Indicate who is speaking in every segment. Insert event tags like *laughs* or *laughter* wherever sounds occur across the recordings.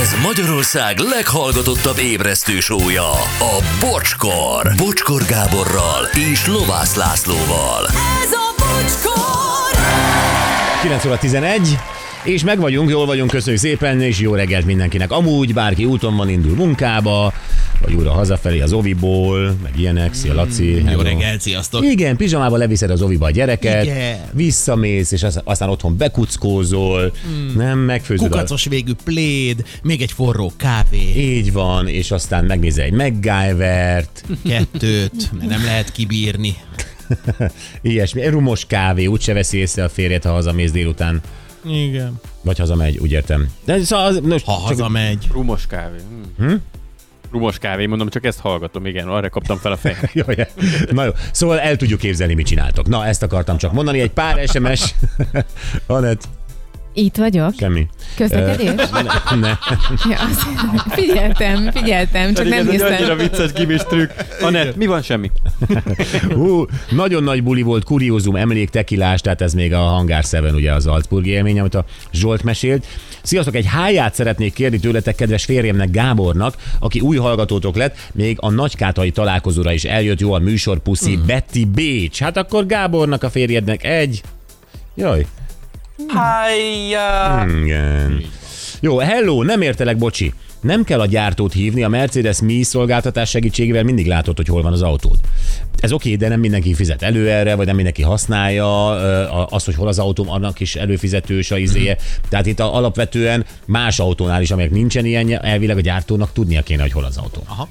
Speaker 1: Ez Magyarország leghallgatottabb ébresztő sója, a Bocskor. Bocskor Gáborral és Lovász Lászlóval.
Speaker 2: Ez a bocskor!
Speaker 3: 9 óra 11, és meg vagyunk, jól vagyunk, köszönjük szépen, és jó reggelt mindenkinek. Amúgy bárki úton van, indul munkába, vagy újra hazafelé az oviból, meg ilyenek, szia Laci.
Speaker 4: Mm, Jó
Speaker 3: hello.
Speaker 4: reggelt, sziasztok!
Speaker 3: Igen, pizsamába leviszed az oviba a gyereket,
Speaker 4: Igen.
Speaker 3: visszamész, és az- aztán otthon bekuckózol, nem, megfőzöd a-
Speaker 4: Mm. Kukacos végű pléd, még egy forró kávé,
Speaker 3: Így van, és aztán megnézel egy MacGyvert,
Speaker 4: Hm. kettőt, mert nem lehet kibírni.
Speaker 3: ilyesmi, egy rumos kávé, úgyse veszi észre a férjed, ha hazamész délután.
Speaker 4: Igen.
Speaker 3: Vagy hazamegy, úgy értem. De szóval az, nos,
Speaker 4: Ha hazamegy.
Speaker 5: Rumos kávé. Hm? Rumos kávé, mondom, csak ezt hallgatom, igen, arra kaptam fel a fejem.
Speaker 3: Jaj, na jó. Szóval el tudjuk képzelni, mit csináltok. Na, ezt akartam csak mondani. Egy pár SMS. *laughs* Anett,
Speaker 6: Itt vagyok.
Speaker 3: semmi. Eh.
Speaker 6: Közlekedés?
Speaker 3: Ne, ne.
Speaker 6: Ja, azt- figyeltem, figyeltem, *laughs* csak
Speaker 5: Pedig
Speaker 6: nem
Speaker 5: ez egy annyira
Speaker 6: néztem.
Speaker 5: vicces gimis trükk. Anett, mi van semmi?
Speaker 3: Hú, nagyon nagy buli volt, kuriózum, emlék, tekilás, tehát ez még a Hangár 7, ugye az Altsburgi élmény, amit a Zsolt mesélt. Sziasztok, egy háját szeretnék kérni tőletek, kedves férjemnek, Gábornak, aki új hallgatótok lett, még a nagykátai találkozóra is eljött, jó a műsor, puszi, Betty Bécs. Hát akkor Gábornak a férjednek egy... Jaj,
Speaker 5: Hájjá!
Speaker 3: Igen. Jó, hello, nem értelek, bocsi. Nem kell a gyártót hívni, a Mercedes mi szolgáltatás segítségével mindig látod, hogy hol van az autód. Ez oké, de nem mindenki fizet elő erre, vagy nem mindenki használja ö, a- az, hogy hol az autóm, annak is előfizetős a izéje. Tehát itt a, alapvetően más autónál is, amelyek nincsen ilyen, elvileg a gyártónak tudnia kéne, hogy hol az autó.
Speaker 4: Aha.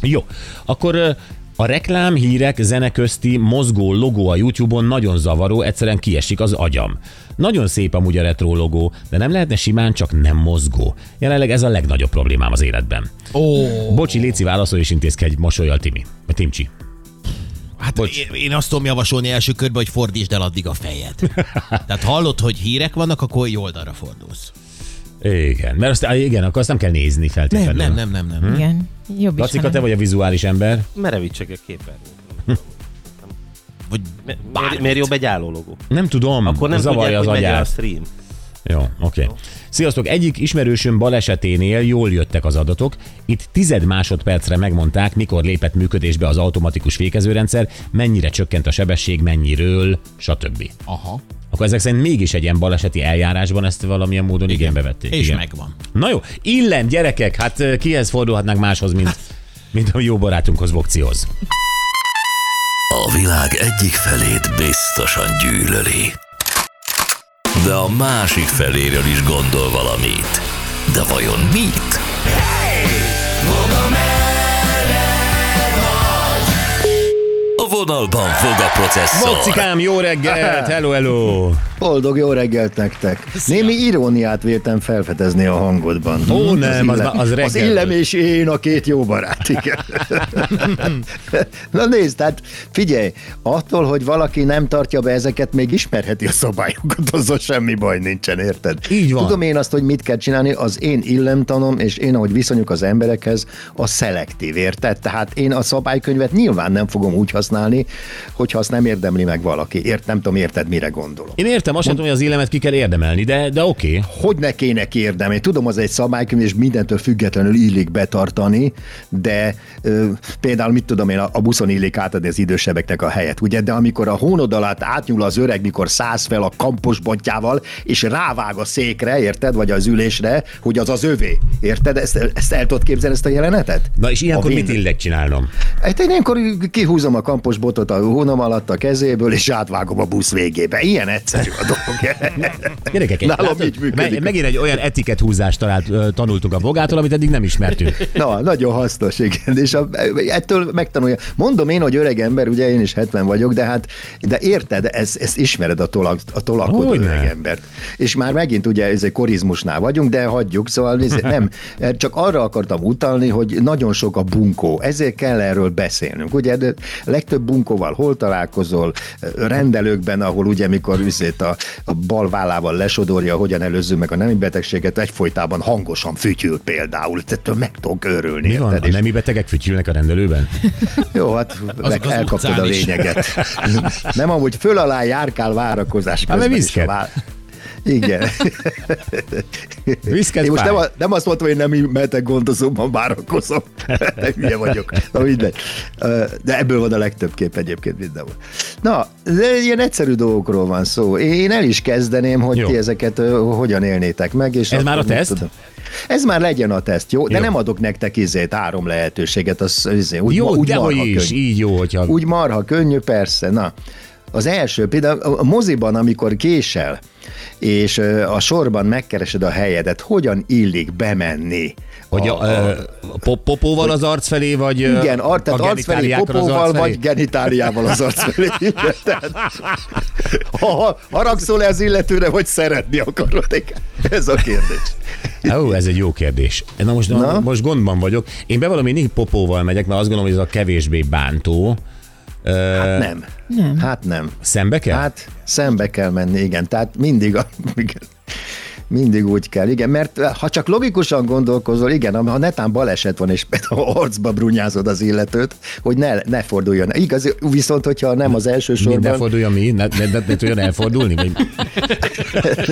Speaker 3: Jó, akkor ö, a reklám, hírek, zene közti mozgó logó a YouTube-on nagyon zavaró, egyszerűen kiesik az agyam. Nagyon szép amúgy a retro logó, de nem lehetne simán csak nem mozgó. Jelenleg ez a legnagyobb problémám az életben.
Speaker 4: Ó,
Speaker 3: Bocsi, Léci, válaszol és intézkedj, mosolyal Timi. Vagy Timcsi.
Speaker 4: hát én, én azt tudom javasolni első körben, hogy fordítsd el addig a fejed. Tehát hallod, hogy hírek vannak, akkor egy oldalra fordulsz.
Speaker 3: Igen, mert azt, á, igen, akkor azt nem kell nézni feltétlenül.
Speaker 4: Nem, nem, nem, nem, nem.
Speaker 6: Igen, jobb is
Speaker 3: Lacika,
Speaker 6: van.
Speaker 3: te vagy a vizuális ember.
Speaker 7: Merevítsek egy képen.
Speaker 4: Vagy
Speaker 7: Mi- Miért,
Speaker 4: bármit.
Speaker 7: miért jobb egy álló logó?
Speaker 3: Nem tudom,
Speaker 7: Akkor nem
Speaker 3: zavarja
Speaker 7: tudják,
Speaker 3: az
Speaker 7: hogy megy el a
Speaker 3: agyát.
Speaker 7: stream.
Speaker 3: Jó, oké. Okay. Sziasztok, egyik ismerősöm baleseténél jól jöttek az adatok. Itt tized másodpercre megmondták, mikor lépett működésbe az automatikus fékezőrendszer, mennyire csökkent a sebesség, mennyiről, stb.
Speaker 4: Aha.
Speaker 3: Akkor ezek szerint mégis egy ilyen baleseti eljárásban ezt valamilyen módon igen, bevették.
Speaker 4: És
Speaker 3: igen.
Speaker 4: megvan.
Speaker 3: Na jó, illem gyerekek, hát ö, kihez fordulhatnánk máshoz, mint, mint a jó barátunkhoz, Vokcihoz.
Speaker 1: A világ egyik felét biztosan gyűlöli. De a másik feléről is gondol valamit. De vajon mit? A vonalban fog a processzor.
Speaker 3: Vokcikám, jó reggelt, hello, hello.
Speaker 8: Boldog jó reggelt nektek! Némi iróniát véltem felfedezni a hangodban.
Speaker 3: Ó, nem, az
Speaker 8: illem-
Speaker 3: ma- az reggel
Speaker 8: az illem
Speaker 3: volt.
Speaker 8: és én a két jó barát,
Speaker 3: *laughs*
Speaker 8: igen. Na nézd, tehát figyelj, attól, hogy valaki nem tartja be ezeket, még ismerheti a szabályokat, *laughs* azzal semmi baj nincsen, érted?
Speaker 3: Így van.
Speaker 8: Tudom én azt, hogy mit kell csinálni, az én illemtanom, és én, ahogy viszonyuk az emberekhez, a szelektív, érted? Tehát én a szabálykönyvet nyilván nem fogom úgy használni, hogyha azt nem érdemli meg valaki. Ért, nem tudom, érted, mire gondolok
Speaker 3: Én értem, azt sem tudom, hogy az illemet ki kell érdemelni, de, de oké. Okay.
Speaker 8: hogy ne kéne kérdem, én tudom, az egy szabálykönyv, és mindentől függetlenül illik betartani, de ö, például mit tudom én, a, a buszon illik átadni az idősebbeknek a helyet, ugye, de amikor a hónod alatt átnyúl az öreg, mikor száz fel a kampos bontjával, és rávág a székre, érted, vagy az ülésre, hogy az az övé, érted, ezt, ezt el tudod képzelni, ezt a jelenetet?
Speaker 3: Na és ilyenkor
Speaker 8: A
Speaker 3: mit
Speaker 8: win.
Speaker 3: illek csinálnom?
Speaker 8: Hát én ilyenkor kihúzom a kampos botot a hónom alatt a kezéből, és átvágom a busz végébe. Ilyen egyszerű a
Speaker 3: *laughs*
Speaker 8: dolog.
Speaker 3: Gyerekek, egy-
Speaker 8: Nálam
Speaker 3: látod,
Speaker 8: így működik.
Speaker 3: meg- megint egy olyan etiket húzást talált, ö, tanultunk a bogától, amit eddig nem ismertünk.
Speaker 8: Na, nagyon hasznos, igen, és a, ettől megtanulja. Mondom én, hogy öreg ember, ugye én is 70 vagyok, de hát, de érted, ezt, ezt ismered a, tolak, a tolakodó
Speaker 3: Hogyne.
Speaker 8: öreg embert. És már megint ugye ez egy korizmusnál vagyunk, de hagyjuk, szóval nézd,
Speaker 3: *laughs*
Speaker 8: nem, csak arra akartam utalni, hogy nagyon sok a bunkó, ezért kell erről beszélnünk, ugye, de legtöbb bunkóval hol találkozol, rendelőkben, ahol ugye, mikor üzét a, a bal vállával lesodorja, hogyan előzzük meg a nemi betegséget, egyfolytában hangosan fütyül például, tehát meg tudok őrülni.
Speaker 3: Mi van?
Speaker 8: érted?
Speaker 3: A
Speaker 8: És-
Speaker 3: nemi betegek fütyülnek a rendelőben?
Speaker 8: jó, hát meg
Speaker 4: az
Speaker 8: elkaptad
Speaker 4: utcán
Speaker 8: a
Speaker 3: *laughs*
Speaker 4: is.
Speaker 8: lényeget. Nem amúgy föl alá járkál várakozás
Speaker 3: Hát, mert
Speaker 8: közben. is a
Speaker 3: viszked.
Speaker 8: vá-
Speaker 3: *laughs*
Speaker 8: Igen.
Speaker 3: Viszket
Speaker 8: Én most
Speaker 3: pár.
Speaker 8: nem, a- nem azt mondtam, hogy nem mehetek gondozóban várakozom. *laughs* De hülye vagyok. Na mindegy. Ö, De ebből van a legtöbb kép egyébként mindenhol. Na, de ilyen egyszerű dolgokról van szó. Én el is kezdeném, hogy
Speaker 3: Jó.
Speaker 8: jó. ti ezeket ö, hogyan élnétek meg. És
Speaker 3: Ez
Speaker 8: akkor
Speaker 3: már a
Speaker 8: mit
Speaker 3: teszt?
Speaker 8: tudom. Ez már legyen a teszt, jó? De
Speaker 3: Jó.
Speaker 8: jó. nem adok nektek izét, három lehetőséget. Az, izé, úgy, ma-
Speaker 3: Jó,
Speaker 8: úgy
Speaker 3: dehogy
Speaker 8: marha
Speaker 3: is,
Speaker 8: könnyű.
Speaker 3: így jó, hogyha...
Speaker 8: Úgy marha könnyű, persze. Na, az első, például a moziban, amikor késel, és ö, a sorban megkeresed a helyedet, hogyan illik bemenni?
Speaker 3: Hogy a, a, a pop- popóval az arc felé, vagy ö,
Speaker 8: Igen, ar, tehát arc felé,
Speaker 3: genitáliákkal az
Speaker 8: popóval,
Speaker 3: arc felé?
Speaker 8: vagy genitáliával az arc
Speaker 3: *laughs*
Speaker 8: felé. Igen, tehát, ha- ha haragszol ez illetőre, vagy szeretni akarod? Igen, Ez a kérdés.
Speaker 3: Ó, ez egy jó kérdés. Na most, Na?
Speaker 8: Na?
Speaker 3: most gondban vagyok. Én bevallom, én mindig popóval megyek, mert azt gondolom, hogy ez a kevésbé bántó.
Speaker 8: Hát nem.
Speaker 6: Nem.
Speaker 8: Hát nem.
Speaker 3: Szembe kell? Hát,
Speaker 8: Hát szembe kell menni, igen. Tehát mindig, a, *laughs* igen. mindig úgy kell, igen. Mert eh, ha csak logikusan gondolkozol, igen, ha netán baleset van, és például *laughs* arcba brunyázod az illetőt, hogy ne, ne forduljon. Igaz, viszont, hogyha nem az első
Speaker 3: mi, ne
Speaker 8: sorban,
Speaker 3: forduljon mi? Ne, ne, ne, ne tudjon elfordulni?
Speaker 8: *laughs*
Speaker 3: Vagy...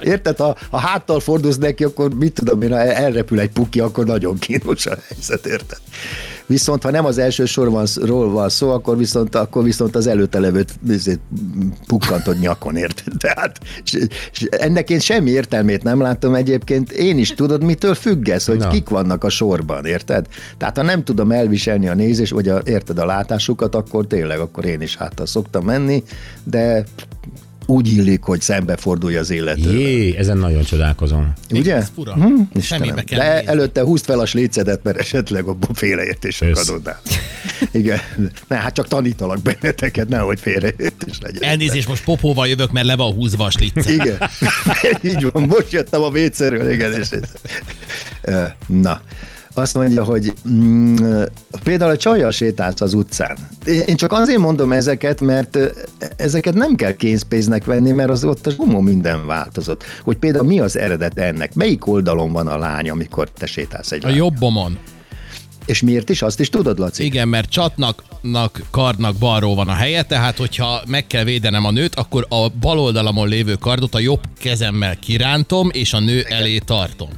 Speaker 8: érted, ha, ha háttal fordulsz neki, akkor mit tudom én, ha elrepül egy puki, akkor nagyon kínos a helyzet, érted? Viszont ha nem az első sorról van szó, akkor viszont, akkor viszont az előtte levőt izét, pukkantod nyakon, érted? Tehát és, és ennek én semmi értelmét nem látom egyébként. Én is tudod, mitől függesz, hogy
Speaker 3: Na.
Speaker 8: Na. kik vannak a sorban, érted? Tehát ha nem tudom elviselni a nézés, vagy a, érted a látásukat, akkor tényleg, akkor én is háttal szoktam menni, de úgy illik, hogy szembefordulj az illetővel.
Speaker 3: Jé, ezen nagyon csodálkozom.
Speaker 8: Ugye? Mhm.
Speaker 4: Ez fura. Hmm, Semmibe
Speaker 8: Hm? Istenem.
Speaker 4: kell
Speaker 8: De
Speaker 4: nézni.
Speaker 8: előtte húzd fel a slécedet, mert esetleg abban félreértések
Speaker 3: Össz.
Speaker 8: adódnának. Igen. Ne, hát csak tanítalak benneteket, nehogy félreértés legyen.
Speaker 4: Elnézést, most popóval jövök, mert le van húzva a slice.
Speaker 8: Igen. *laughs* Így van, most jöttem a vécéről, igen. És ez. Ö, Na, azt mondja, hogy mm, például a csajjal sétálsz az utcán. Én csak azért mondom ezeket, mert ö, ezeket nem kell kénzpénznek venni, mert az ott a csomó minden változott. Hogy például mi az eredet ennek? Melyik oldalon van a lány, amikor te sétálsz egy
Speaker 4: A
Speaker 8: lány?
Speaker 4: jobbomon.
Speaker 8: És miért is? Azt is tudod, Laci?
Speaker 4: Igen, mert csatnak, nak, kardnak balról van a helye, tehát hogyha meg kell védenem a nőt, akkor a bal oldalamon lévő kardot a jobb kezemmel kirántom, és a nő elé tartom.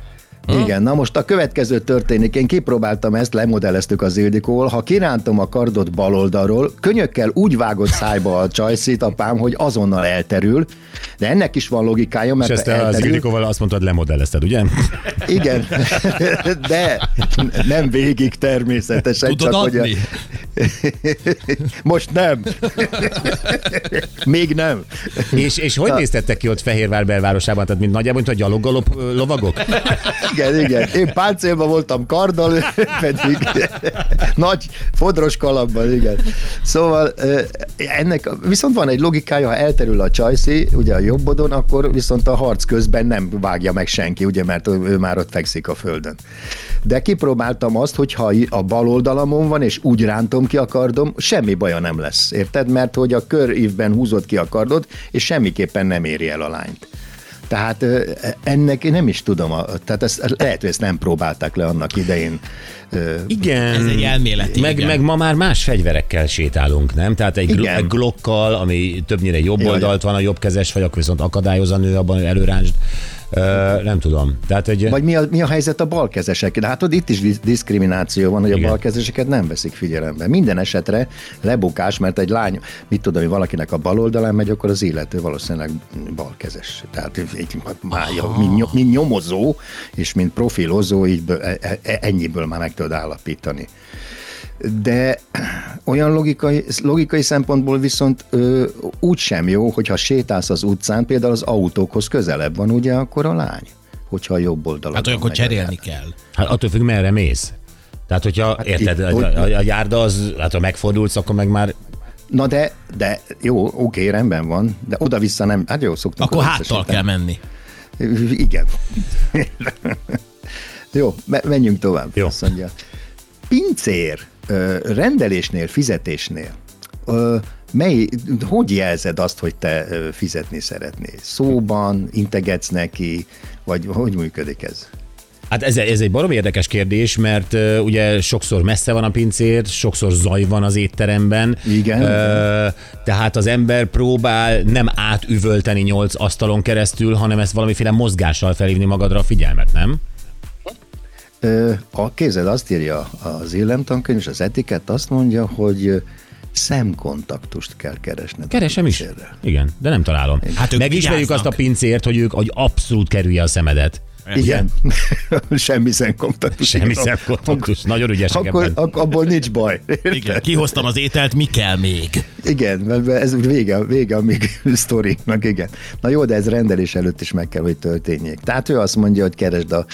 Speaker 8: Igen, na most a következő történik. Én kipróbáltam ezt, lemodelleztük az Ildikóval. Ha kirántom a kardot bal oldalról, könyökkel úgy vágott szájba a csajszít apám, hogy azonnal elterül. De ennek is van logikája,
Speaker 3: És
Speaker 8: mert
Speaker 3: ezt
Speaker 8: ha
Speaker 3: az
Speaker 8: elterül,
Speaker 3: Ildikóval azt mondtad, lemodellezted, ugye?
Speaker 8: igen, *laughs* de nem végig természetesen.
Speaker 4: Tudod
Speaker 8: csak hogy a-
Speaker 4: adni?
Speaker 8: *laughs* Most nem. Még nem.
Speaker 3: és, és hogy
Speaker 8: Na.
Speaker 3: néztettek ki ott Fehérvár belvárosában? Tehát mint nagyjából, mint a gyaloggalop ö, lovagok?
Speaker 8: Igen, igen. Én páncélban voltam karddal, ő pedig nagy fodros kalapban, igen. Szóval ö, ennek viszont van egy logikája, ha elterül a csajszi, ugye a jobbodon, akkor viszont a harc közben nem vágja meg senki, ugye, mert ő ő már ott fekszik a földön. De kipróbáltam azt, hogyha a bal oldalamon van, és úgy rántom ki a kardom, semmi baja nem lesz, érted? Mert hogy a körívben húzod ki a kardot, és semmiképpen nem éri el a lányt. Tehát ö, e, ennek én nem is tudom, a, tehát ezt, lehet, hogy ezt nem próbálták le annak idején. Ö,
Speaker 3: Igen.
Speaker 4: Ez egy elméleti,
Speaker 3: Meg,
Speaker 4: igen.
Speaker 3: meg ma már más fegyverekkel sétálunk, nem? Tehát egy, gl-
Speaker 8: Igen.
Speaker 3: egy glockkal, ami többnyire jobb
Speaker 8: Jaj,
Speaker 3: oldalt van, a jobbkezes vagy, akkor viszont akadályoz a nő abban, hogy előránzsd. Ö, nem tudom. Tehát egy...
Speaker 8: Vagy mi a, mi a helyzet a balkezesek? De hát ott itt is disz- diszkrimináció van, hogy
Speaker 3: Igen.
Speaker 8: a balkezeseket nem veszik figyelembe. Minden esetre lebukás, mert egy lány, mit tudom, hogy valakinek a bal oldalán megy, akkor az illető valószínűleg balkezes. Tehát így mája, mint, nyom, mint nyomozó, és mint profilozó, így bő- e- e- ennyiből már meg tudod állapítani. de olyan logikai, logikai szempontból viszont ö, úgy sem jó, hogyha sétálsz az utcán, például az autókhoz közelebb van ugye akkor a lány, hogyha a jobb oldalon.
Speaker 4: Hát
Speaker 8: van
Speaker 4: olyankor
Speaker 8: meg
Speaker 4: cserélni
Speaker 8: a-
Speaker 4: kell.
Speaker 3: Hát attól függ, merre mész. Tehát, hogyha, hát érted,
Speaker 8: itt-
Speaker 3: a, a, a járda az, hát ha megfordulsz, akkor meg már...
Speaker 8: Na de, de jó, oké, rendben van, de oda-vissza nem, hát jó, szoktunk.
Speaker 4: Akkor
Speaker 8: oda-vissza
Speaker 4: háttal kell
Speaker 8: sétálni.
Speaker 4: menni.
Speaker 8: Igen. jó, me- menjünk tovább.
Speaker 3: Jó.
Speaker 8: Azt mondja. Pincér ö, rendelésnél, fizetésnél, ö, mely, hogy jelzed azt, hogy te ö, fizetni szeretnél? Szóban, integetsz neki, vagy hogy működik ez?
Speaker 3: Hát ez, ez egy barom érdekes kérdés, mert uh, ugye sokszor messze van a pincér, sokszor zaj van az étteremben.
Speaker 8: Igen.
Speaker 3: Uh, tehát az ember próbál nem átüvölteni nyolc asztalon keresztül, hanem ezt valamiféle mozgással felhívni magadra a figyelmet, nem?
Speaker 8: Ö, A kézed azt írja az illemtankönyv, és az etikett azt mondja, hogy ö, szemkontaktust kell keresned. a
Speaker 3: Keresem is.
Speaker 8: pincérrel.
Speaker 3: Igen, de nem találom.
Speaker 4: Hát ők
Speaker 3: Megismerjük
Speaker 4: vigyáznak.
Speaker 3: azt a pincért, hogy ők hogy abszolút kerülje a szemedet.
Speaker 8: Igen. *laughs* Semmi szemkontaktus.
Speaker 3: Semmi szemkontaktus. Nagyon ügyesek
Speaker 8: Akkor,
Speaker 3: ebben.
Speaker 8: ak- abból nincs
Speaker 4: *laughs*
Speaker 8: baj.
Speaker 4: Igen, kihoztam az ételt, mi kell még?
Speaker 8: Igen, mert ez úgy vége, vége a még *laughs* sztorinknak, igen. Na jó, de ez rendelés előtt is meg kell, hogy történjék. Tehát ő azt mondja, hogy keresd a,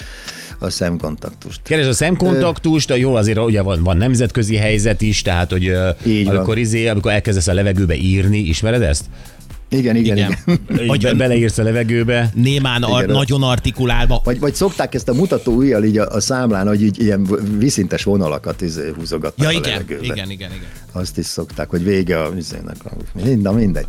Speaker 8: a szemkontaktust.
Speaker 3: Keres a szemkontaktust, de jó, azért ugye van, van nemzetközi helyzet is, tehát hogy ö,
Speaker 8: Így van.
Speaker 3: amikor, izé, amikor elkezdesz a levegőbe írni, ismered ezt?
Speaker 8: Igen, igen, igen. igen. *laughs*
Speaker 3: Hogy be, beleírsz a levegőbe.
Speaker 4: Némán ar-
Speaker 8: Igen.
Speaker 4: nagyon artikulálva.
Speaker 8: Vagy, vagy szokták ezt a mutató ujjal így a, a számlán, hogy így ilyen viszintes vonalakat izé húzogatnak
Speaker 4: Ja,
Speaker 8: a
Speaker 4: igen,
Speaker 8: levegőbe.
Speaker 4: igen, igen, igen.
Speaker 8: Azt is szokták, hogy vége a vizének. Mind, na mindegy.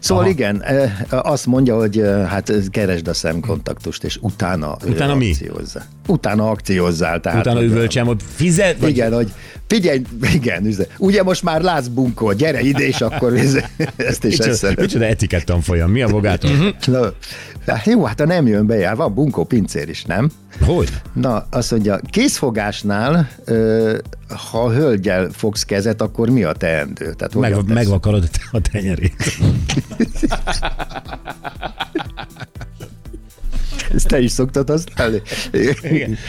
Speaker 8: Szóval Aha. igen, eh, azt mondja, hogy eh, hát keresd a szemkontaktust, és utána, eh,
Speaker 3: Utána mi?
Speaker 8: akciózzál. Utána akciózzál. Tehát,
Speaker 3: Utána
Speaker 8: hogy-
Speaker 3: üvölcsem, hogy fizet, vagy
Speaker 8: Hát, Igen, hogy figyelj, igen, üze. ugye most már látsz bunkó, gyere ide, és akkor üze. *laughs* ezt is ezt
Speaker 3: micsoda,
Speaker 8: szeretem.
Speaker 3: micsoda etikettan folyam, mi a bogától?
Speaker 8: Na, hát Jó, hát ha nem jön be, jár, van bunkó pincér is, nem?
Speaker 3: Hogy?
Speaker 8: Na, azt mondja, készfogásnál, ö, ha hölgyel fogsz kezet, akkor mi a teendő? Tehát hogyan
Speaker 3: Meg,
Speaker 8: tesz?
Speaker 3: megvakarod a te- a
Speaker 8: *laughs*
Speaker 3: tenyerét.
Speaker 8: Ezt te is szoktad használni?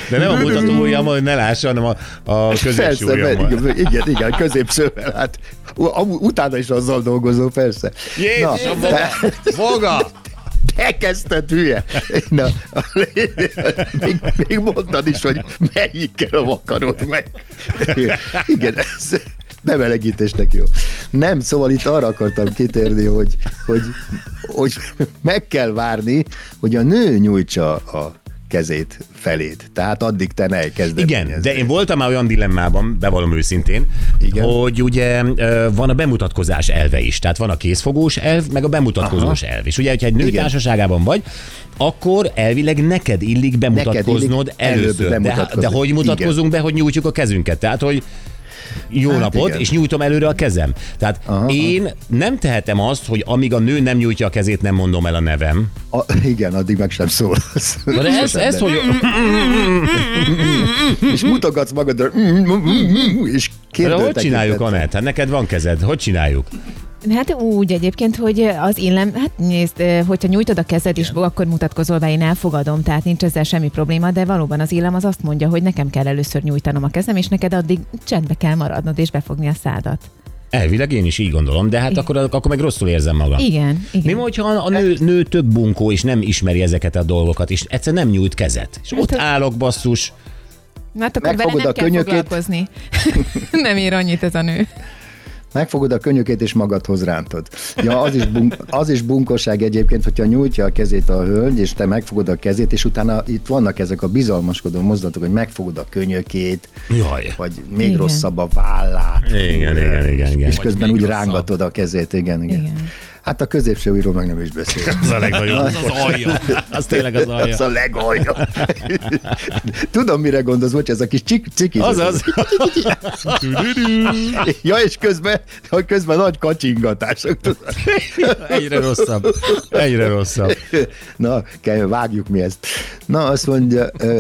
Speaker 3: De nem a mutató ujjammal, hogy ne lássa, hanem a, a közös
Speaker 8: Persze, mert
Speaker 3: ujjammal.
Speaker 8: igen, igen, igen, középsővel, hát u- amú- utána is azzal dolgozó, persze.
Speaker 3: Jézusom,
Speaker 8: te,
Speaker 3: Foga!
Speaker 8: te kezdted hülye. Na, még, még mondtad is, hogy melyikkel vakarod meg. Igen, ez bemelegítésnek jó. Nem, szóval itt arra akartam kitérni, hogy, hogy, hogy meg kell várni, hogy a nő nyújtsa a kezét felét. Tehát addig te ne kezdeményezd.
Speaker 3: Igen, de én voltam már olyan dilemmában, bevallom őszintén, Igen.
Speaker 8: Igen.
Speaker 3: hogy ugye ö, van a bemutatkozás elve is, tehát van a készfogós elv, meg a bemutatkozós Aha. elv is. Ugye, hogyha egy női
Speaker 8: Igen.
Speaker 3: társaságában vagy, akkor elvileg neked illik bemutatkoznod
Speaker 8: illik előbb
Speaker 3: először. de,
Speaker 8: bemutatkozni.
Speaker 3: de hogy mutatkozunk be, hogy nyújtjuk a kezünket? Tehát, hogy jó hát
Speaker 8: Hát
Speaker 3: napot, igen.
Speaker 8: igen.
Speaker 3: és nyújtom előre a kezem. Tehát Aha.
Speaker 8: Aha.
Speaker 3: én nem tehetem azt, hogy amíg a nő nem nyújtja a kezét, nem mondom el a nevem.
Speaker 8: A, igen, addig meg sem szólsz.
Speaker 3: Na De ez, ez hogy
Speaker 8: És mutogatsz magadra,
Speaker 3: Mm,
Speaker 8: és
Speaker 3: de
Speaker 8: kérdőtek.
Speaker 3: hogy csináljuk, Anett? Hát neked van kezed, hogy csináljuk?
Speaker 6: Hát úgy egyébként, hogy az illem, hát nézd, eh, hogyha nyújtod a kezed is, akkor mutatkozol be, én elfogadom, tehát nincs ezzel semmi probléma, de valóban az illem az azt mondja, hogy nekem kell először nyújtanom a kezem, és neked addig csendbe kell maradnod és befogni a szádat.
Speaker 3: Elvileg én is így gondolom, de hát akkor, akkor meg rosszul érzem magam.
Speaker 6: Igen,
Speaker 3: Mi
Speaker 6: igen.
Speaker 3: van, hogyha a nő, nő több bunkó, és nem ismeri ezeket a dolgokat, és egyszer nem nyújt kezet. És ott
Speaker 6: Hát,
Speaker 3: állok, basszus.
Speaker 6: Mert hát akkor vele
Speaker 8: Megfogod
Speaker 6: nem
Speaker 8: a
Speaker 6: kell
Speaker 8: könyökét?
Speaker 6: foglalkozni. *laughs* nem ér annyit ez a nő.
Speaker 8: Megfogod a könyökét, és magadhoz rántod. Ja, az is, bunk, az is bunkoság egyébként, hogyha nyújtja a kezét a hölgy, és te megfogod a kezét, és utána itt vannak ezek a bizalmaskodó mozdulatok, hogy megfogod a könyökét,
Speaker 3: Jaj.
Speaker 8: vagy még
Speaker 6: Igen.
Speaker 8: igen. rosszabb a vállát.
Speaker 3: Igen, igen, igen, igen.
Speaker 8: És közben
Speaker 4: még
Speaker 8: úgy
Speaker 4: rosszabb.
Speaker 8: rángatod a kezét, igen, igen.
Speaker 6: Igen.
Speaker 8: igen. Hát a középső újról meg nem is beszél.
Speaker 3: Az a legnagyobb.
Speaker 4: Az az alja.
Speaker 3: *laughs* Az tényleg *laughs* az alja.
Speaker 8: Az a
Speaker 3: *laughs*
Speaker 8: legalja. Tudom, mire gondolsz, bocs, ez a kis cik, ciki.
Speaker 3: Az az. *laughs*
Speaker 8: Ja, és közben, ha közben nagy kacsingatások. tudod.
Speaker 3: *laughs* Egyre rosszabb. Egyre rosszabb.
Speaker 8: Na, kell, vágjuk mi ezt. Na, azt mondja, ö,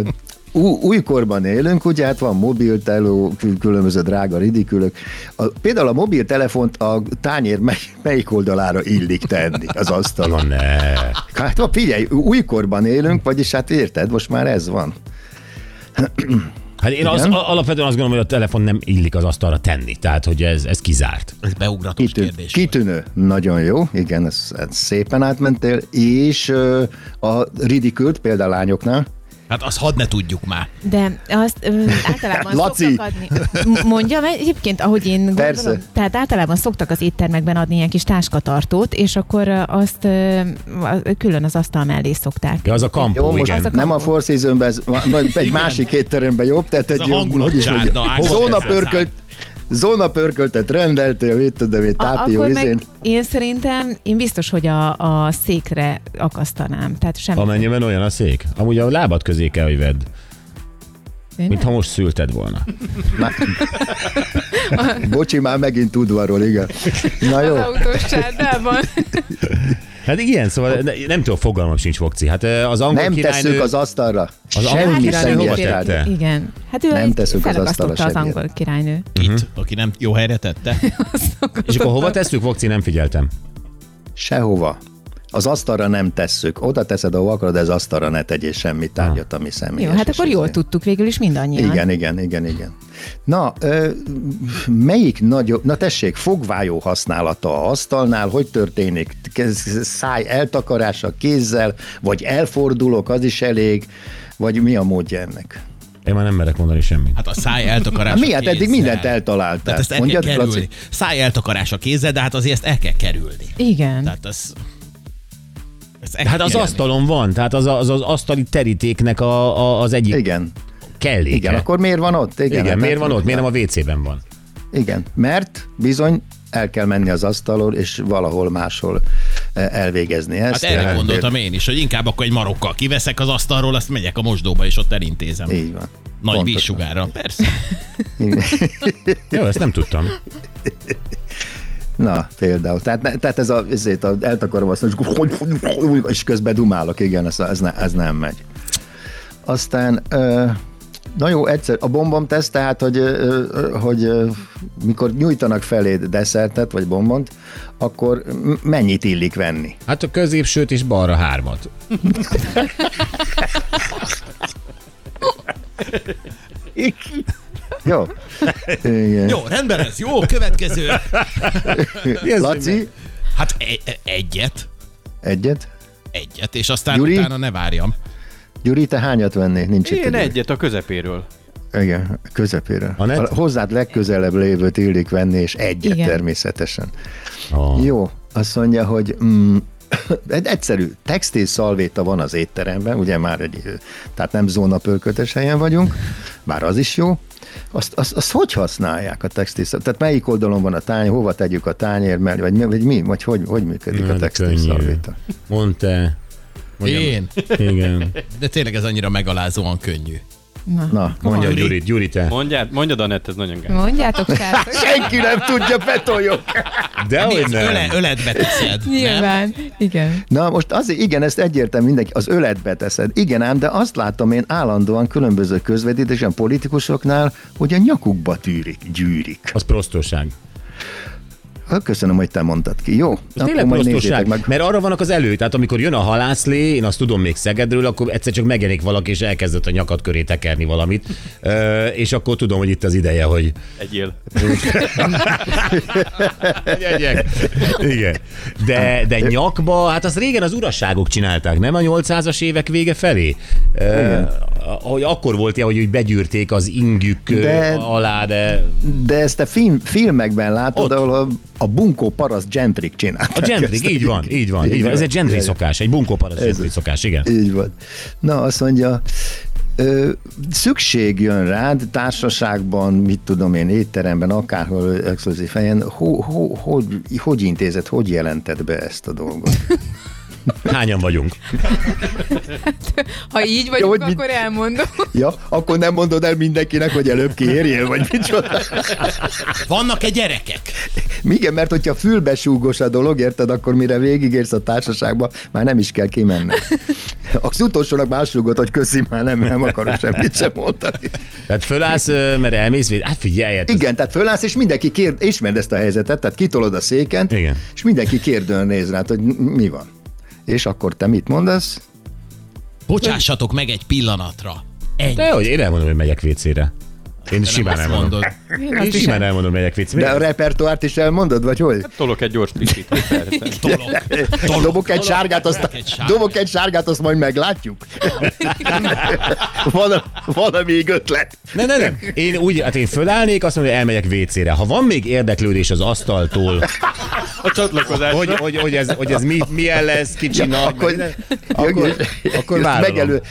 Speaker 8: ú- újkorban élünk, ugye hát van mobilteló, kül- különböző drága ridikülök. A, például a mobiltelefont a tányér mely, melyik oldalára illik tenni az asztalon.
Speaker 3: Na ne.
Speaker 8: Hát na, figyelj, újkorban élünk, vagyis hát érted, most már ez van.
Speaker 3: Hát én az, a- alapvetően azt gondolom, hogy a telefon nem illik az asztalra tenni. Tehát, hogy ez, ez kizárt.
Speaker 4: Ez beugratós
Speaker 8: Kitű,
Speaker 4: kérdés.
Speaker 8: kitűnő, nagyon jó, igen, ezt, ezt szépen átmentél, és ö, a ridikült például lányoknál,
Speaker 4: Hát azt hadd ne tudjuk már.
Speaker 6: De azt ö, általában
Speaker 8: Laci!
Speaker 6: szoktak adni. M- Mondjam egyébként, ahogy én gondolom.
Speaker 8: Persze.
Speaker 6: Tehát általában szoktak az éttermekben adni ilyen kis táskatartót, és akkor ö, azt ö, a- külön az asztal mellé szokták.
Speaker 3: Ja, az a kampó,
Speaker 8: Jó, most
Speaker 3: igen.
Speaker 6: az a-
Speaker 8: nem a Four Seasonben, ez- vagy egy másik étteremben jobb, tehát
Speaker 4: a
Speaker 8: egy jó,
Speaker 4: hangulat
Speaker 8: hogy is
Speaker 4: csárda,
Speaker 8: mondjam,
Speaker 4: árnyék
Speaker 8: zóna
Speaker 4: ezzel
Speaker 8: pörkölt, zóna pörköltet rendeltél, mit tudom én,
Speaker 6: A-
Speaker 8: tápió
Speaker 6: akkor
Speaker 8: izén.
Speaker 6: meg én szerintem, én biztos, hogy a, a székre akasztanám. Tehát semmi.
Speaker 3: Amennyiben olyan a szék. Amúgy a lábad közé kell, hogy vedd.
Speaker 6: Tényleg?
Speaker 3: mintha most szülted volna.
Speaker 8: Már... Bocsi, már megint tudvarról, igen. Na
Speaker 6: *laughs*
Speaker 8: jó,
Speaker 6: Az autós
Speaker 8: *laughs*
Speaker 6: csárdában.
Speaker 3: Hát igen, szóval ne- nem tudom, fogalmam sincs, Vokci. Hát ö, az angol
Speaker 8: nem
Speaker 3: királynő...
Speaker 8: tesszük az asztalra.
Speaker 3: Az angol
Speaker 8: Semmi
Speaker 3: királynő hova
Speaker 8: személyes
Speaker 3: tette?
Speaker 8: tárgyat.
Speaker 6: Hát, Igen. Hát ő
Speaker 8: Nem
Speaker 6: egy-
Speaker 8: teszünk az
Speaker 6: felakasztotta
Speaker 8: asztalra
Speaker 6: az
Speaker 8: semmit.
Speaker 6: angol királynő.
Speaker 4: Kit, Uh-huh. aki nem jó helyre tette.
Speaker 3: És akkor hova tesszük, Vokci? Nem figyeltem.
Speaker 8: Sehova. Az asztalra nem tesszük. Oda teszed, ahol akarod, de az asztalra ne tegyél semmi tárgyat, ami
Speaker 6: Jó,
Speaker 8: személyes.
Speaker 6: hát
Speaker 8: és
Speaker 6: akkor jól
Speaker 8: izé.
Speaker 6: tudtuk végül is mindannyian.
Speaker 8: Igen, igen, igen, igen. Na, ö, melyik nagyobb, na tessék, fogvájó használata a asztalnál, hogy történik? Kez- Száj eltakarása kézzel, vagy elfordulok, az is elég, vagy mi a módja ennek?
Speaker 3: Én már nem merek mondani semmit.
Speaker 4: Hát a száj eltakarása
Speaker 8: Hát mi? Hát eddig
Speaker 4: kézzel.
Speaker 8: mindent eltaláltál.
Speaker 4: Tehát ezt el
Speaker 8: Mondjad,
Speaker 4: kell
Speaker 8: Laci?
Speaker 4: kerülni. Száj eltakarása kézzel, de hát azért ezt el kell kerülni.
Speaker 6: Igen.
Speaker 4: Tehát ez... ez el
Speaker 3: Hát
Speaker 4: kell
Speaker 3: az
Speaker 4: kerülni.
Speaker 3: asztalon van, tehát az az, az asztali terítéknek a, a, az egyik igen.
Speaker 8: Igen,
Speaker 3: kelléke.
Speaker 8: igen, akkor miért van ott?
Speaker 3: igen,
Speaker 8: hát
Speaker 3: igen miért
Speaker 8: nem-
Speaker 3: van ott? Miért nem a WC-ben van?
Speaker 8: Igen, mert bizony el kell menni az asztalon, és valahol máshol eh, elvégezni ezt.
Speaker 4: Hát erre
Speaker 8: Tehát,
Speaker 4: gondoltam én is, hogy inkább akkor egy marokkal kiveszek az asztalról, azt megyek a mosdóba, és ott elintézem.
Speaker 8: Így van.
Speaker 4: Nagy
Speaker 8: Pontosan.
Speaker 4: vízsugárra. Persze.
Speaker 3: Jó, ezt nem tudtam.
Speaker 8: Na, például. Tehát, ne- tehát ez a, ezért a, eltakarom azt, és, és közben dumálok, igen, ez, ez, ne, ez nem megy. Aztán, ö, na jó, egyszer, a bombom teszt, tehát, hogy, ö, ö, hogy ö, mikor nyújtanak feléd desszertet, vagy bombont, akkor m- mennyit illik venni?
Speaker 3: Hát a középsőt és balra hármat.
Speaker 8: Jó? Igen.
Speaker 4: Jó, rendben ez. Jó, következő.
Speaker 8: Laci,
Speaker 4: Hát e- egyet.
Speaker 8: egyet.
Speaker 4: Egyet, és aztán
Speaker 8: Gyuri?
Speaker 4: utána ne várjam.
Speaker 8: Gyuri, te hányat vennél? Nincs itt.
Speaker 5: Én
Speaker 8: ugye.
Speaker 5: egyet a közepéről.
Speaker 8: Igen, közepére.
Speaker 3: Anett?
Speaker 8: A hozzád legközelebb lévőt illik venni, és egyet
Speaker 6: Igen.
Speaker 8: Igen. természetesen.
Speaker 3: Oh.
Speaker 8: Jó, azt mondja, hogy mm, *coughs* egy egyszerű textil szalvéta van az étteremben, ugye már egy, ö, tehát nem zóna pörköltes helyen vagyunk, bár az is jó. Azt, azt, azt hogy használják a textil szal- Tehát melyik oldalon van a tányér, hova tegyük a tányér mellé, vagy, mi- vagy mi, vagy hogy, hogy működik a
Speaker 3: Na, de
Speaker 8: textil
Speaker 3: könnyű.
Speaker 8: szalvéta?
Speaker 3: Mondta.
Speaker 4: Én.
Speaker 3: Igen.
Speaker 4: De tényleg ez annyira megalázóan könnyű.
Speaker 8: Na, mondja,
Speaker 3: Mondja Gyuri, Gyuri te.
Speaker 5: Mondjad, mondjad Anett, ez nagyon gáz.
Speaker 6: Mondjátok, srácok.
Speaker 8: senki nem tudja, betoljok!
Speaker 3: Dehogy
Speaker 4: Nézd, öle,
Speaker 3: nem.
Speaker 4: öletbe teszed, nem?
Speaker 6: Nyilván. Igen.
Speaker 8: Na most azért, igen, ezt egyértelmű mindenki, az öletbe teszed. Igen ám, de azt látom én állandóan különböző közvetítésen politikusoknál, hogy a nyakukba tűrik, gyűrik.
Speaker 3: Az prostóság.
Speaker 8: Ha, Hát Köszönöm, hogy te mondtad ki. Jó,
Speaker 3: Ez tényleg prostóság, meg. mert arra vannak az elő, tehát amikor jön a halászlé, én azt tudom még Szegedről, akkor egyszer csak megjelenik valaki, és elkezdett a nyakat köré tekerni valamit, Ö, és akkor tudom, hogy itt az ideje, hogy
Speaker 5: Egyél.
Speaker 3: Egyek. *laughs* Igen. De, de nyakba, hát azt régen az uraságok csinálták, nem a 800-as évek vége felé? Uh, hogy akkor volt ilyen, hogy úgy begyűrték az ingjük de...
Speaker 8: De-
Speaker 3: alá, de
Speaker 8: De ezt a film, filmekben
Speaker 3: Ott.
Speaker 8: látod, Ott. ahol a, a bunkó paraszt gentrik
Speaker 3: a
Speaker 8: csinálták.
Speaker 3: gentrik,
Speaker 8: ezt.
Speaker 3: így van, így van, így van. Ez egy gentri szokás, egy bunkóparas gentri szokás, igen.
Speaker 8: Így van. Na, azt mondja, ö, szükség jön rád társaságban, mit tudom én, étteremben, akárhol, exkluzív helyen, ho, ho, hogy, hogy intézed, hogy jelented be ezt a dolgot?
Speaker 3: Hányan vagyunk?
Speaker 6: Ha így
Speaker 8: Jó,
Speaker 6: vagyunk,
Speaker 8: hogy mit-
Speaker 6: akkor elmondom.
Speaker 8: Ja, akkor nem mondod el mindenkinek, hogy előbb kiérjél, vagy micsoda.
Speaker 4: Vannak-e gyerekek?
Speaker 8: Igen, mert hogyha fülbesúgos a dolog, érted, akkor mire végigérsz a társaságba, már nem is kell
Speaker 4: *laughs*
Speaker 8: kimenned. Az utolsónak más rúgott, hogy köszi, már nem, nem akarok semmit sem mondani.
Speaker 3: Tehát fölállsz, ö, mert elmész, véd- hát figyelj, hát ez-
Speaker 8: Igen, tehát fölállsz, és mindenki kér, ismerd ezt a helyzetet, tehát kitolod a széken,
Speaker 3: Igen.
Speaker 8: és mindenki kérdően néz rád, hogy m- mi van. És akkor te mit mondasz?
Speaker 4: Bocsássatok meg egy pillanatra. Ennyi.
Speaker 3: de hogy én elmondom, hogy megyek vécére. Én
Speaker 4: Te nem
Speaker 3: simán
Speaker 4: azt
Speaker 3: elmondom.
Speaker 4: mondod.
Speaker 6: Én
Speaker 3: Én
Speaker 6: azt is
Speaker 3: simán elmondom, hogy megyek
Speaker 8: De a
Speaker 3: vécére.
Speaker 8: repertoárt is elmondod, vagy hogy?
Speaker 5: Tolok egy gyors picit. persze.
Speaker 4: Tolok. Tolok.
Speaker 8: Dobok egy sárgát, azt,
Speaker 4: Dobok egy sárgát.
Speaker 8: dobok egy sárgát, azt majd meglátjuk.
Speaker 4: *laughs*
Speaker 8: van, van még ötlet.
Speaker 3: Ne, ne, nem. Én úgy, hát én fölállnék, azt mondom, hogy elmegyek vécére. Ha van még érdeklődés az asztaltól,
Speaker 5: A csatlakozás.
Speaker 3: hogy, hogy, hogy, ez, hogy ez mi, milyen lesz, kicsi,
Speaker 8: Ja,
Speaker 3: nagy,
Speaker 8: akkor-
Speaker 3: minden. akkor, akkor
Speaker 8: Ezt
Speaker 3: vállalom.
Speaker 8: megelő-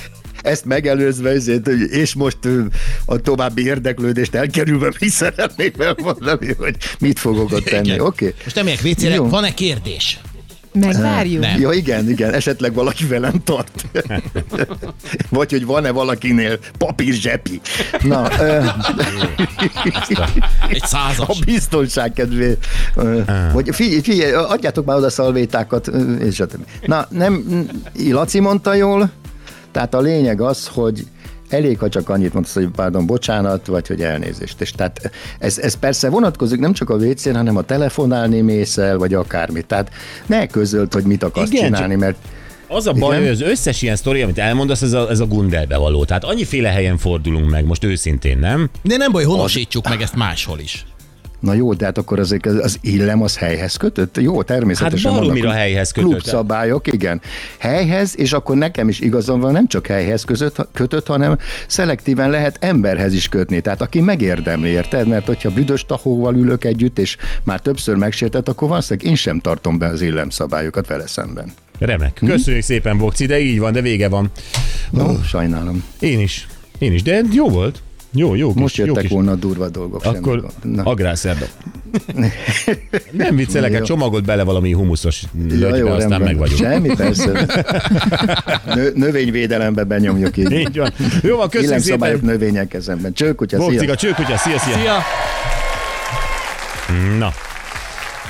Speaker 8: ezt megelőzve, ezért, hogy- és most ö, a további érdeklődést elkerülve mi szeretnék elmondani, hogy mit fogok ott tenni.
Speaker 4: Igen.
Speaker 8: Oké?
Speaker 4: Most nem megyek vécére.
Speaker 8: Jó.
Speaker 4: Van-e kérdés?
Speaker 6: Megvárjuk.
Speaker 4: Nem.
Speaker 8: Ja, igen, igen, esetleg valaki velem tart. Vagy hogy van-e valakinél papír zsepi. Na, ö,
Speaker 4: Egy százas.
Speaker 8: a biztonság kedvé. Ö, Hogy figyelj, figyelj, ö, adjátok már oda szalvétákat, ö, és stb. Na, nem, m, Laci mondta jól, tehát a lényeg az, hogy elég, ha csak annyit mondasz, hogy pardon, bocsánat, vagy hogy elnézést. És tehát ez, ez persze vonatkozik nem csak a wc hanem a telefonálni mész el, vagy akármit. Tehát ne közöld, hogy mit akarsz
Speaker 3: Igen,
Speaker 8: Igen,
Speaker 3: csak-
Speaker 8: csinálni, mert
Speaker 3: Az a baj,
Speaker 8: Igen?
Speaker 3: hogy az összes ilyen sztori, amit elmondasz, ez a, ez a gundelbe való. Tehát annyiféle helyen fordulunk meg, most őszintén, nem?
Speaker 4: De nem baj, honosítsuk meg ezt máshol is.
Speaker 8: Na jó, de hát akkor azért az- az illem az helyhez kötött? Jó,
Speaker 3: Hát
Speaker 8: természetesen
Speaker 3: baromira
Speaker 8: vannak
Speaker 3: helyhez kötött.
Speaker 8: klubszabályok, igen. Helyhez, és akkor nekem is igazam van, nem csak helyhez között, kötött, hanem szelektíven lehet emberhez is kötni. Tehát aki megérdemli, érted? Mert hogyha büdös tahóval ülök együtt, és már többször megsértett, akkor valószínűleg én sem tartom be az illemszabályokat vele szemben.
Speaker 3: Remek.
Speaker 8: Mhm.
Speaker 3: Köszönjük szépen, Bokci, de így van, de vége van.
Speaker 8: No, sajnálom.
Speaker 3: Én is. Én is, de jó volt. Jó, jó kis,
Speaker 8: Most
Speaker 3: jó
Speaker 8: jöttek
Speaker 3: kis.
Speaker 8: volna a durva dolgok. semmi
Speaker 3: Akkor
Speaker 8: gond. Na. *laughs*
Speaker 3: agrárszerda. Nem viccelek,
Speaker 8: Jó.
Speaker 3: egy csomagot bele valami humuszos
Speaker 8: Ja, jó,
Speaker 3: lögybe, aztán
Speaker 8: rendben.
Speaker 3: meg vagyunk.
Speaker 8: Semmi, persze.
Speaker 3: *laughs*
Speaker 8: Nő, növényvédelembe benyomjuk így.
Speaker 3: Így van. Jó van, köszönjük
Speaker 8: Illemszabályok
Speaker 3: szépen.
Speaker 8: növények kezemben. Csőkutya, szia!
Speaker 3: Bokcik, a csőkutya, szia, szia.
Speaker 4: Szia!
Speaker 3: Na.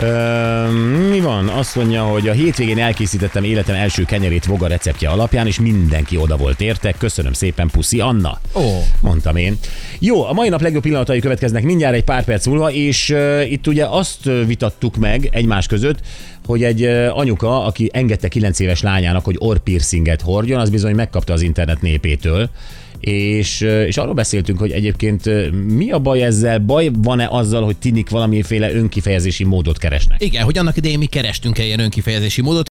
Speaker 3: Ö, mi van? Azt mondja, hogy a hétvégén elkészítettem életem első kenyerét voga receptje alapján, és mindenki oda volt értek. Köszönöm szépen, puszi Anna.
Speaker 4: Ó.
Speaker 3: Mondtam én. Jó, a mai nap legjobb pillanatai következnek mindjárt egy pár perc múlva, és uh, itt ugye azt ö, vitattuk meg egymás között, hogy egy uh, anyuka, aki engedte 9 éves lányának, hogy orrpiercinget hordjon, az bizony megkapta az internet népétől. És, ö, és arról beszéltünk, hogy egyébként ö, mi a baj ezzel, baj van-e azzal, hogy tinik valamiféle önkifejezési módot keresnek?
Speaker 4: Igen, hogy annak idején mi kerestünk-e ilyen önkifejezési módot,